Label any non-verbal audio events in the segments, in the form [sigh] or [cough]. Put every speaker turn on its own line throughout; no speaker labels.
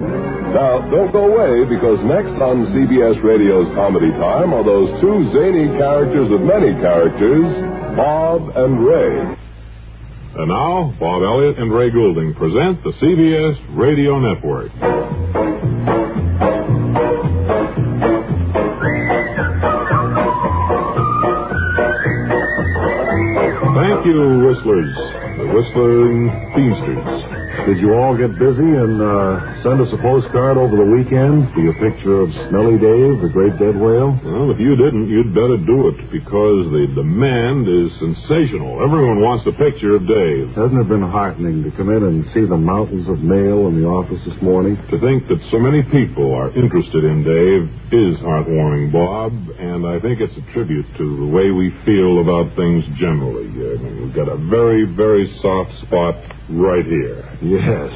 Now, don't go away because next on CBS Radio's Comedy Time are those two zany characters of many characters, Bob and Ray.
And now, Bob Elliott and Ray Goulding present the CBS Radio Network. Thank you, Whistlers, the Whistling Teamsters.
Did you all get busy and uh, send us a postcard over the weekend for your picture of Smelly Dave, the great dead whale?
Well, if you didn't, you'd better do it because the demand is sensational. Everyone wants a picture of Dave.
Hasn't it been heartening to come in and see the mountains of mail in the office this morning?
To think that so many people are interested in Dave is heartwarming, Bob, and I think it's a tribute to the way we feel about things generally. I mean, we've got a very, very soft spot right here.
Yes.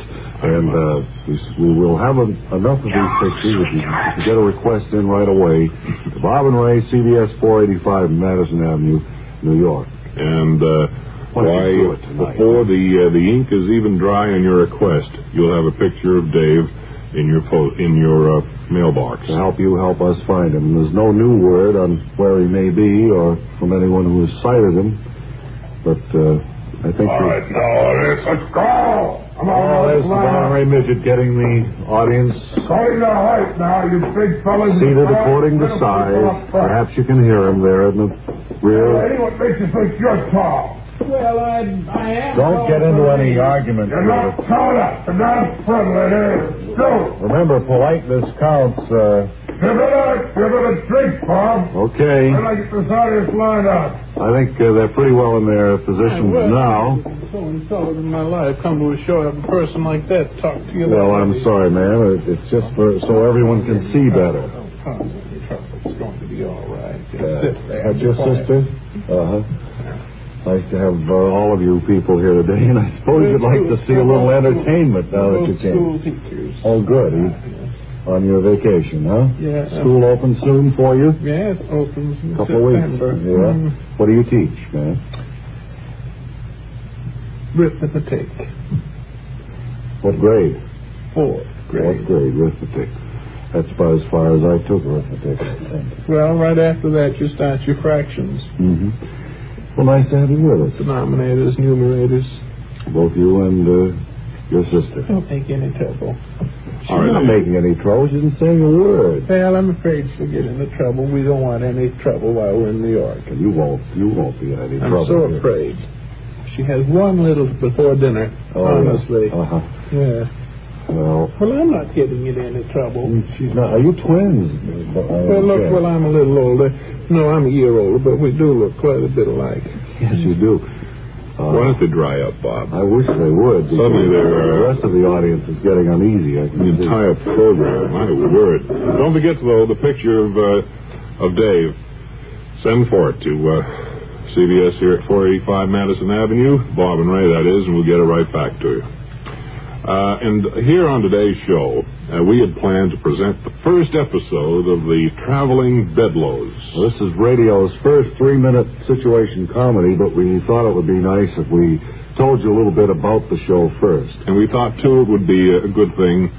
And uh, we, we will have a, enough of these pictures if you, if you get a request in right away to Bob and Ray, CBS 485 Madison Avenue, New York.
And uh,
Why don't
why,
you do it tonight?
before the uh, the ink is even dry on your request, you'll have a picture of Dave in your po- in your uh, mailbox.
To help you help us find him. There's no new word on where he may be or from anyone who has sighted him, but uh, I think. we-
now let's, go. Come
Oh, there's the Monterey Midget getting the audience.
According to height now, you big fellas.
Seated according to size. Perhaps you can hear him there in the rear.
what makes you think you're tall?
Well, I, I am.
Don't get into any argument.
tall enough. You're not a privilege. Go.
Remember, politeness counts. Uh,
Give it a, give it a drink, Bob.
okay.
I get this audience line out.
I think uh, they're pretty well in their positions
Well,
now.
So and so in my life, come to a show, have a person like that talk to you.
Well, I'm sorry, ma'am. It- It's just for, so everyone can see better.
It's going to be all right.
Uh, that's your sister? Uh huh. Nice to have uh, all of you people here today, and I suppose you'd like to see a little entertainment now that you
School
can.
teachers.
Oh, good. You- On your vacation, huh?
Yeah.
School opens soon for you?
Yeah, it opens in
Couple of weeks. Mm-hmm.
September.
Yeah.
Mm,
What do you teach, man?
Arithmetic.
What grade?
Fourth
Fourth
grade.
grade, arithmetic. That's about as far as I took arithmetic, I think.
Well, right after that, you start your fractions,
hmm Well, nice to have you with us,
denominators, numerators.
both you and uh, your sister.
Don't make any trouble.
All
She's not
right.
making any trouble. She didn't say a word.
Well, I'm afraid she'll get into trouble. We don't want any trouble while we're in New York.
And you won't. You won't be in any
I'm
trouble.
so afraid. She has one little before dinner,
Oh,
honestly.
Uh huh.
Yeah.
Well,
Well, I'm not getting in any
Mm,
trouble.
she's not. Are you twins?
Well, look, well, I'm a little older. No, I'm a year older, but we do look quite a bit alike.
yes, you do. Uh,
Why don't they dry up, Bob?
I wish they would. because
Suddenly they're-
uh,
The rest of the audience is getting uneasy. I
The
can see.
entire program. My word. Don't forget though the picture of uh, of Dave. Send for it to uh, CBS here at 485 Madison Avenue, Bob and Ray. That is, and we'll get it right back to you. Uh, and here on today's show, uh, we had planned to present the first episode of the Traveling Bedlows.
Well, This is radio's first three minute situation comedy, but we thought it would be nice if we told you a little bit about the show first.
And we thought, too, it would be a good thing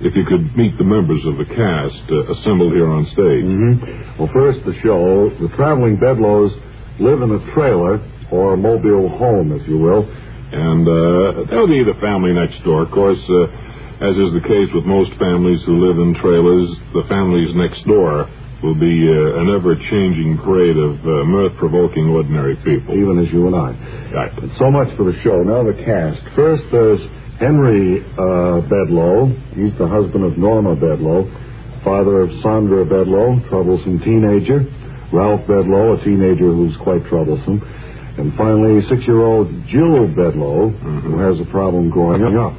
if you could meet the members of the cast uh, assembled here on stage.
Mm-hmm. Well, first, the show. The traveling bedlows live in a trailer or a mobile home, if you will.
And uh, they'll be the family next door. Of course, uh, as is the case with most families who live in trailers, the families next door will be uh, an ever changing parade of uh, mirth provoking ordinary people.
even as you and I.
Right.
And so much for the show. Now the cast. First, there's Henry uh, Bedlow. He's the husband of Norma Bedlow, father of Sandra Bedlow, troublesome teenager. Ralph Bedlow, a teenager who's quite troublesome. And finally, six-year-old Jill Bedlow, who has a problem growing up.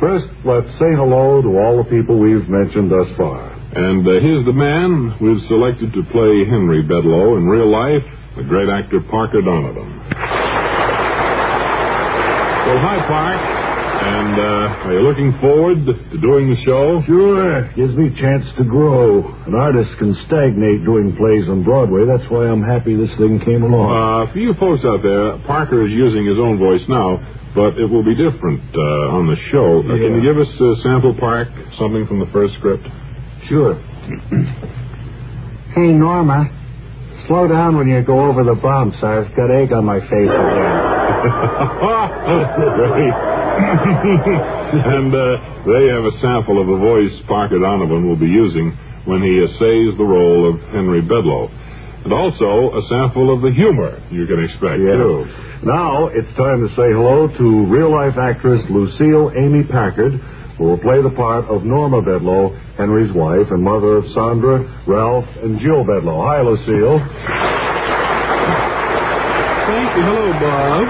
First, let's say hello to all the people we've mentioned thus far.
And uh, here's the man we've selected to play Henry Bedlow in real life, the great actor Parker Donovan. Well, hi, Park. And uh, are you looking forward to doing the show?
Sure. Gives me a chance to grow. An artist can stagnate doing plays on Broadway. That's why I'm happy this thing came along.
Uh, for you folks out there, Parker is using his own voice now, but it will be different uh, on the show. Uh, can you
Yeah.
give us uh, sample Park something from the first script? [laughs]
sure. hey, Norma. Slow down when you go over the bumps. I've got egg on my face again. [laughs]
Great. and uh, they have a sample of the voice Parker Donovan will be using when he essays the role of Henry Bedlow. And also a sample of the humor you can expect, too.
Now it's time to say hello to real life actress Lucille Amy Packard, who will play the part of Norma Bedlow, Henry's wife and mother of Sandra, Ralph, and Jill Bedlow. Hi, Lucille.
Thank you. Hello, Bob.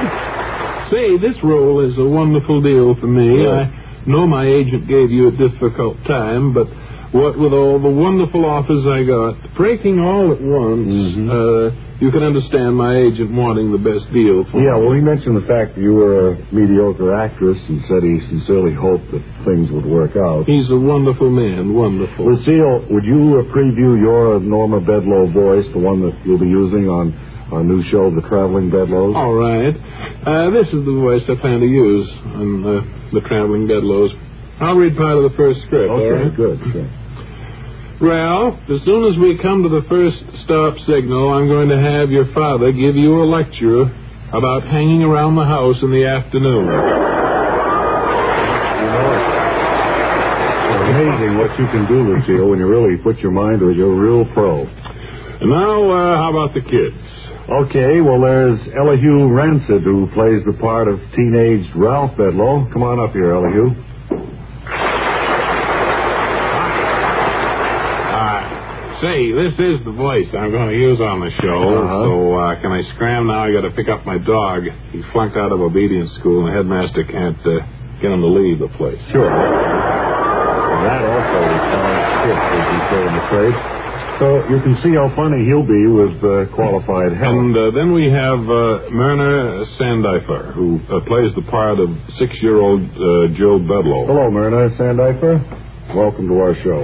Say, this role is a wonderful deal for me.
Yeah.
I know my agent gave you a difficult time, but what with all the wonderful offers I got, breaking all at once,
Mm-hmm.
uh, you can understand my agent wanting the best deal for
Yeah,
me.
well, he mentioned the fact that you were a mediocre actress and said he sincerely hoped that things would work out.
He's a wonderful man, wonderful.
Lucille, would you uh, preview your Norma Bedlow voice, the one that you'll be using on our new show, The Traveling Bedlows?
Oh,
All right. Uh, this is the voice I plan to use on uh, the Traveling Bedlows. I'll read part of the first script, all right?
okay, good. good.
Ralph, as soon as we come to the first stop signal, I'm going to have your father give you a lecture about hanging around the house in the afternoon.
It's amazing what you can do, Lucille, when you really put your mind to it. You're a real pro.
And now, uh, how about the kids?
Okay, well, there's Elihu Rancid, who plays the part of teenage Ralph Bedlow. Come on up here, Elihu.
Uh, say, this is the voice I'm going to use on the show.
Uh-huh.
So uh, can I scram now? I got to pick up my dog. He flunked out of obedience school, and the headmaster can't uh, get him to leave the place.
Sure. That also is Thomas Pitt, as you say in the trade. So you can see how funny he'll be with uh, qualified help.
And uh, then we have uh, Myrna Sandifer, who uh, plays the part of six-year-old uh, Joe Bedlow.
Hello, Myrna Sandifer. Welcome to our show.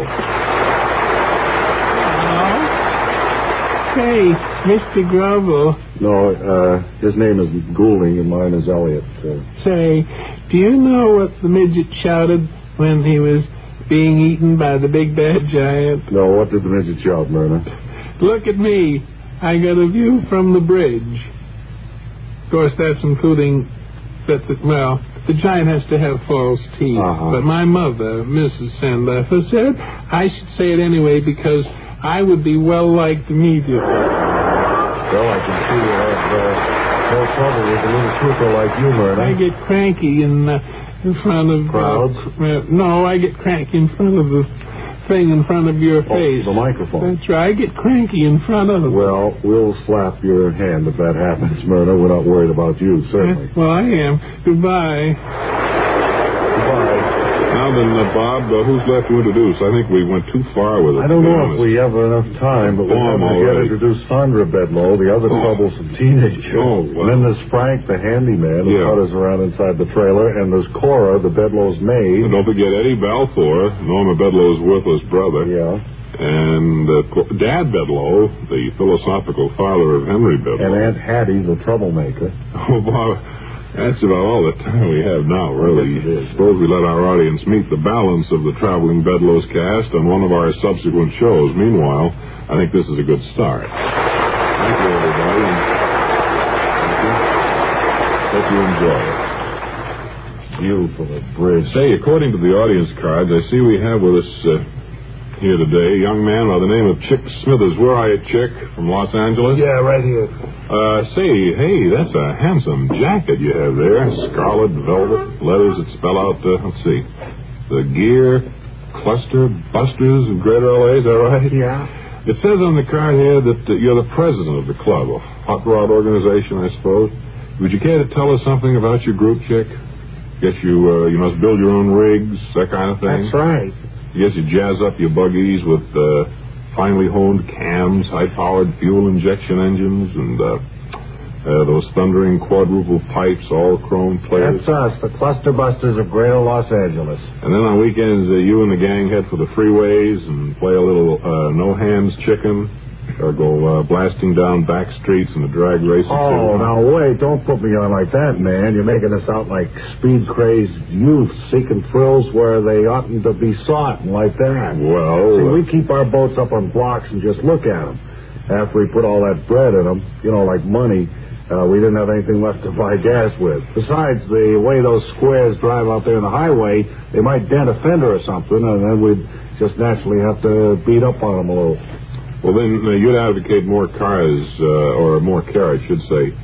Hey, Mr. Grovel,
No, uh, his name is Goulding and mine is Elliot. Uh,
say, do you know what the midget shouted when he was being eaten by the big bad giant?
no, what did the midget shout, Myrna?
Look at me. I got a view from the bridge. Of course, that's including that, the, well, the giant has to have false teeth.
Uh-huh.
But my mother, Mrs. Sandleffer, said I should say it anyway because I would be well liked immediately.
Well, I can see you have uh, no trouble with a little trooper like you,
I
Myrna.
get cranky in, uh, in front of. uh,
Crowds?
uh, no, I get cranky in front of the thing in front of your face.
Oh, the microphone.
That's right. I get cranky in front of.
Well, we'll slap your hand if that happens, Myrna. We're not worried about you, certainly.
well, I am. Goodbye.
Goodbye.
Now then, uh, Bob, uh, who's left to introduce? I think we went too far with it.
I don't
to be
know if
honest.
we have enough time, but we're
Form
going to
already.
get introduce Sandra Bedlow, the other
Oh.
troublesome teenager.
Oh, well.
And then there's Frank, the handyman, who
Yeah.
putters around inside the trailer, and there's Cora, the Bedlow's
And
maid.
don't forget Eddie Balfour, Norma Bedlow's worthless brother.
Yeah.
and uh, Cl- Dad Bedlow, the philosophical father of Henry
And
Bedlow.
Aunt Hattie, the troublemaker.
[laughs] Oh, Bob, that's about all the time we have now, really.
Yes, it is.
Suppose we let our audience meet the balance of the Traveling Bedlows cast on one of our subsequent shows. Meanwhile, I think this is a good start. Thank you, everybody. and thank you. Hope you enjoy it.
Beautiful at bridge.
Say, according to the audience cards, I see we have with us uh, here today a young man by the name of Chick Smithers. Where are you, Chick? From Los Angeles?
Yeah, right here.
Uh, say, hey, that's a handsome jacket you have there. Scarlet velvet, letters that spell out, uh, let's see, the gear cluster busters of Greater LA, is that right?
Yeah.
It says on the card here that uh, you're the president of the club, a hot rod organization, I suppose. Would you care to tell us something about your group, Chick? Guess you, uh, you must build your own rigs, that kind of thing.
That's right.
Yes, you jazz up your buggies with uh, finely honed cams, high-powered fuel injection engines, and uh,
Uh, those thundering quadruple pipes, all chrome players.
That's us, the cluster busters of Greater Los Angeles.
And then on weekends, uh, you and the gang head for the freeways and play a little uh, no hands chicken or go uh, blasting down back streets in the drag races.
Oh, now wait, don't put me on like that, man. You're making us out like speed crazed youth seeking thrills where they oughtn't to be sought and like that. See,
Well, uh,
we keep our boats up on blocks and just look at them. After we put all that bread in them, you know, like money, uh, we didn't have anything left to buy gas with. Besides, the way those squares drive out there on the highway, they might dent a fender or something, and then we'd just naturally have to beat up on them a little.
well, then uh, you'd advocate more cars uh, or more care, I should say,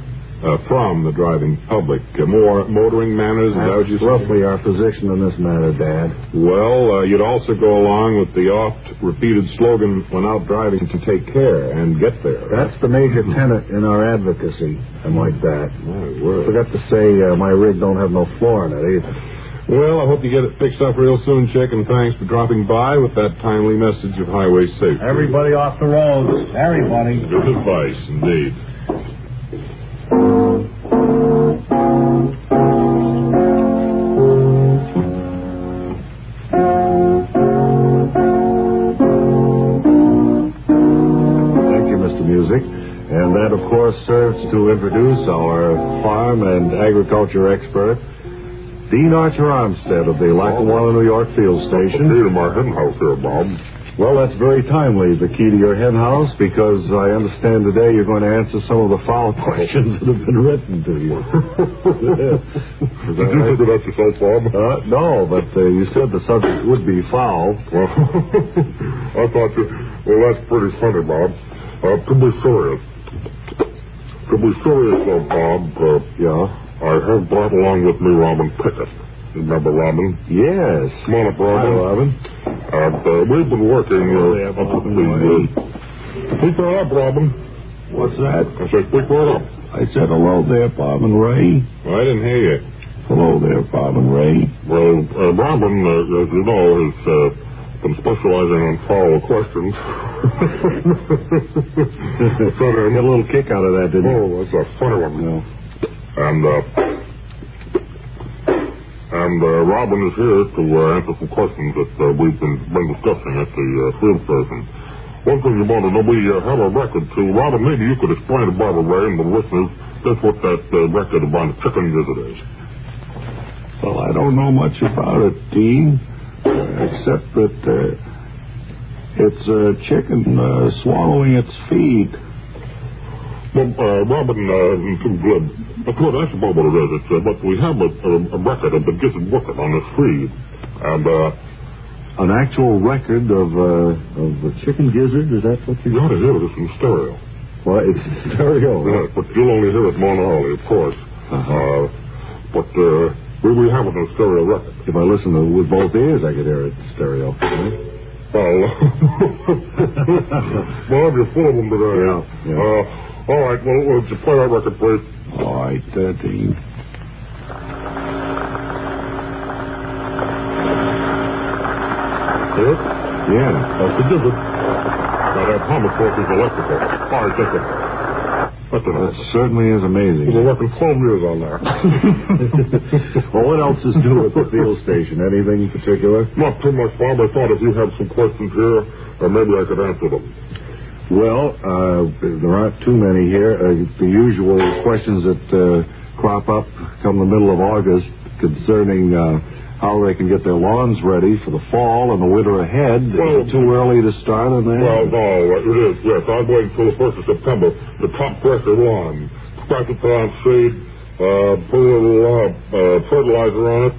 uh, from the driving public, uh, more motoring manners. is that what you
That's
said?
roughly our position in this matter, Dad.
Well, uh, you'd also go along with the oft repeated slogan, when out driving, to take care and get there.
That's the major
Hmm.
tenet in our advocacy and like that.
my word.
Forgot to say uh, my rig don't have no floor in it either.
Well, I hope you get it fixed up real soon, Chick, and thanks for dropping by with that timely message of highway safety.
off the roads. Everybody.
Good advice, indeed.
Thank you, Mr. Music. And that, of course, serves to introduce our farm and agriculture expert, Dean Archer Armstead of the Lackawanna, New York Field Station.
Here, my hen house here, Bob.
Well, that's very timely, the key to your hen house, because I understand today you're going to answer some of the foul [laughs] questions that have been written to you. [laughs] Is that right?
that yourself, Bob?
Uh, no, but uh, you said the subject would be foul.
Well, [laughs] I thought you. Well, that's pretty funny, Bob. Uh, to be serious, to be serious, though, Bob, uh,
[laughs] Yeah.
I have brought along with me Robin Pickett. Remember Robin?
Yes.
Come on up,
Hi,
Robin.
Robin.
And uh, we've been working
Yeah,
uh, up at
Bob,
the. Uh, speak that up, Robin.
What's that?
I said, speak that up.
I said hello there, Bob and Ray.
I didn't hear you.
Hello there, Bob and Ray.
Well, uh, Robin, uh, as you know, has uh, been specializing on follow questions.
[laughs]
so
Get
then,
a little kick out of that, didn't you?
oh, that's a funny one.
No.
And, uh, and uh, Robin is here to uh, answer some questions that uh, we've been, been discussing at the uh, field station. One thing you want to know, we uh, have a record too. Robin, maybe you could explain to Barbara Ray and the listeners just what that uh, record about chicken visit is.
Well, I don't know much about it, Dean, uh, except that uh, it's a chicken uh, swallowing its feed.
Well, uh, Robin, uh, too good. Of course, that's about what it is. It's, uh, but we have a, a, a record of the Gizzard Wicket on the screen. And, uh,
An actual record of uh, of the chicken gizzard? Is that what
you
you?
ought to hear this in stereo.
Well, it's [laughs] stereo.
Yeah, but you'll only hear it monoholy, of course. Uh, but, uh, we, we have it in stereo record.
If I listen to, with both ears, I could hear it stereo. Right?
Well, [laughs] Bob, you're full of them today.
Yeah, yeah.
Uh, all right, well, would you play that record, please?
All right, uh, Dean.
Yes?
Yeah.
That's the Gizzard. Now, that hum, of course, is electrical. All right, that's it. That's enough.
That certainly is amazing.
We're working 12 years on that.
well, [laughs] what else is new at the field station? Anything in particular?
Not too much, Bob. I thought if you have some questions here, uh, maybe I could answer them.
Well, uh, there aren't too many here. Uh, the usual questions that uh, crop up come the middle of August concerning uh, how they can get their lawns ready for the fall and the winter ahead.
Well-
is it too early to start on that?
Well, no, it is, yes. I'm waiting till the 1st of September to top pressure lawn. Scratch it down seed, uh, put a little uh, uh, fertilizer on it,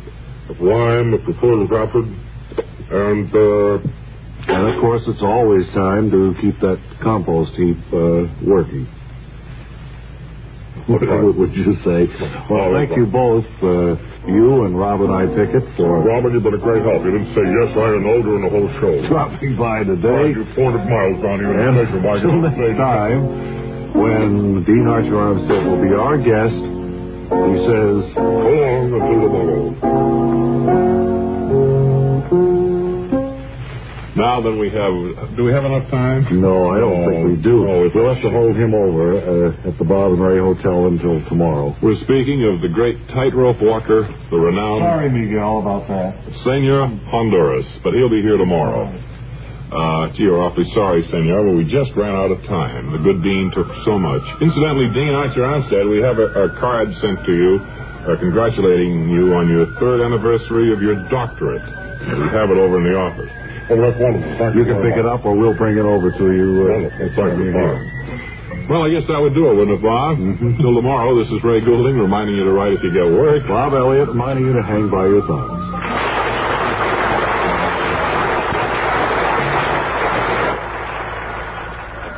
lime if you feel rapid, and uh,
and of course, it's always time to keep that compost heap uh, working. What what would you say? Well,
Always
thank you both, uh, you and Robin I. Pickett, for
Robin, you've been a great help. You didn't say yes, I and no during the whole show.
dropping by today.
You're 400 miles down here in
And
the station. Why
until
can't you say
next time, when Dean Archer Armstead will be our guest, he says,
So long until tomorrow.
Now,
now than we have. Do we have enough time?
No, I don't
Oh,
think we do.
oh, it's
we'll have to
shit.
hold him over uh, at the Bob and Ray Hotel until tomorrow.
We're speaking of the great tightrope walker, the renowned
Miguel, about that.
Senor Honduras, but he'll be here tomorrow. Uh, gee, we're awfully sorry, Senor, but we just ran out of time. The good Dean took so much. Incidentally, Dean Archer Onstead, we have a, a card sent to you uh, congratulating you on your third anniversary of your doctorate. We have it over in the office.
Well, that's wonderful. Thank
You can pick it up, or we'll bring it over to you.
Well,
Uh,
it's like the
when you're
farm.
here.
Well, I guess that would do it, wouldn't it, Bob?
Mm-hmm.
Until tomorrow, this is Ray Goulding reminding you to write if you get work.
Bob Elliott reminding you to hang by your thumbs.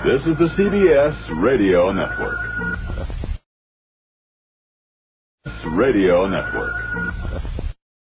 This is the CBS Radio [laughs] Network. Radio Network.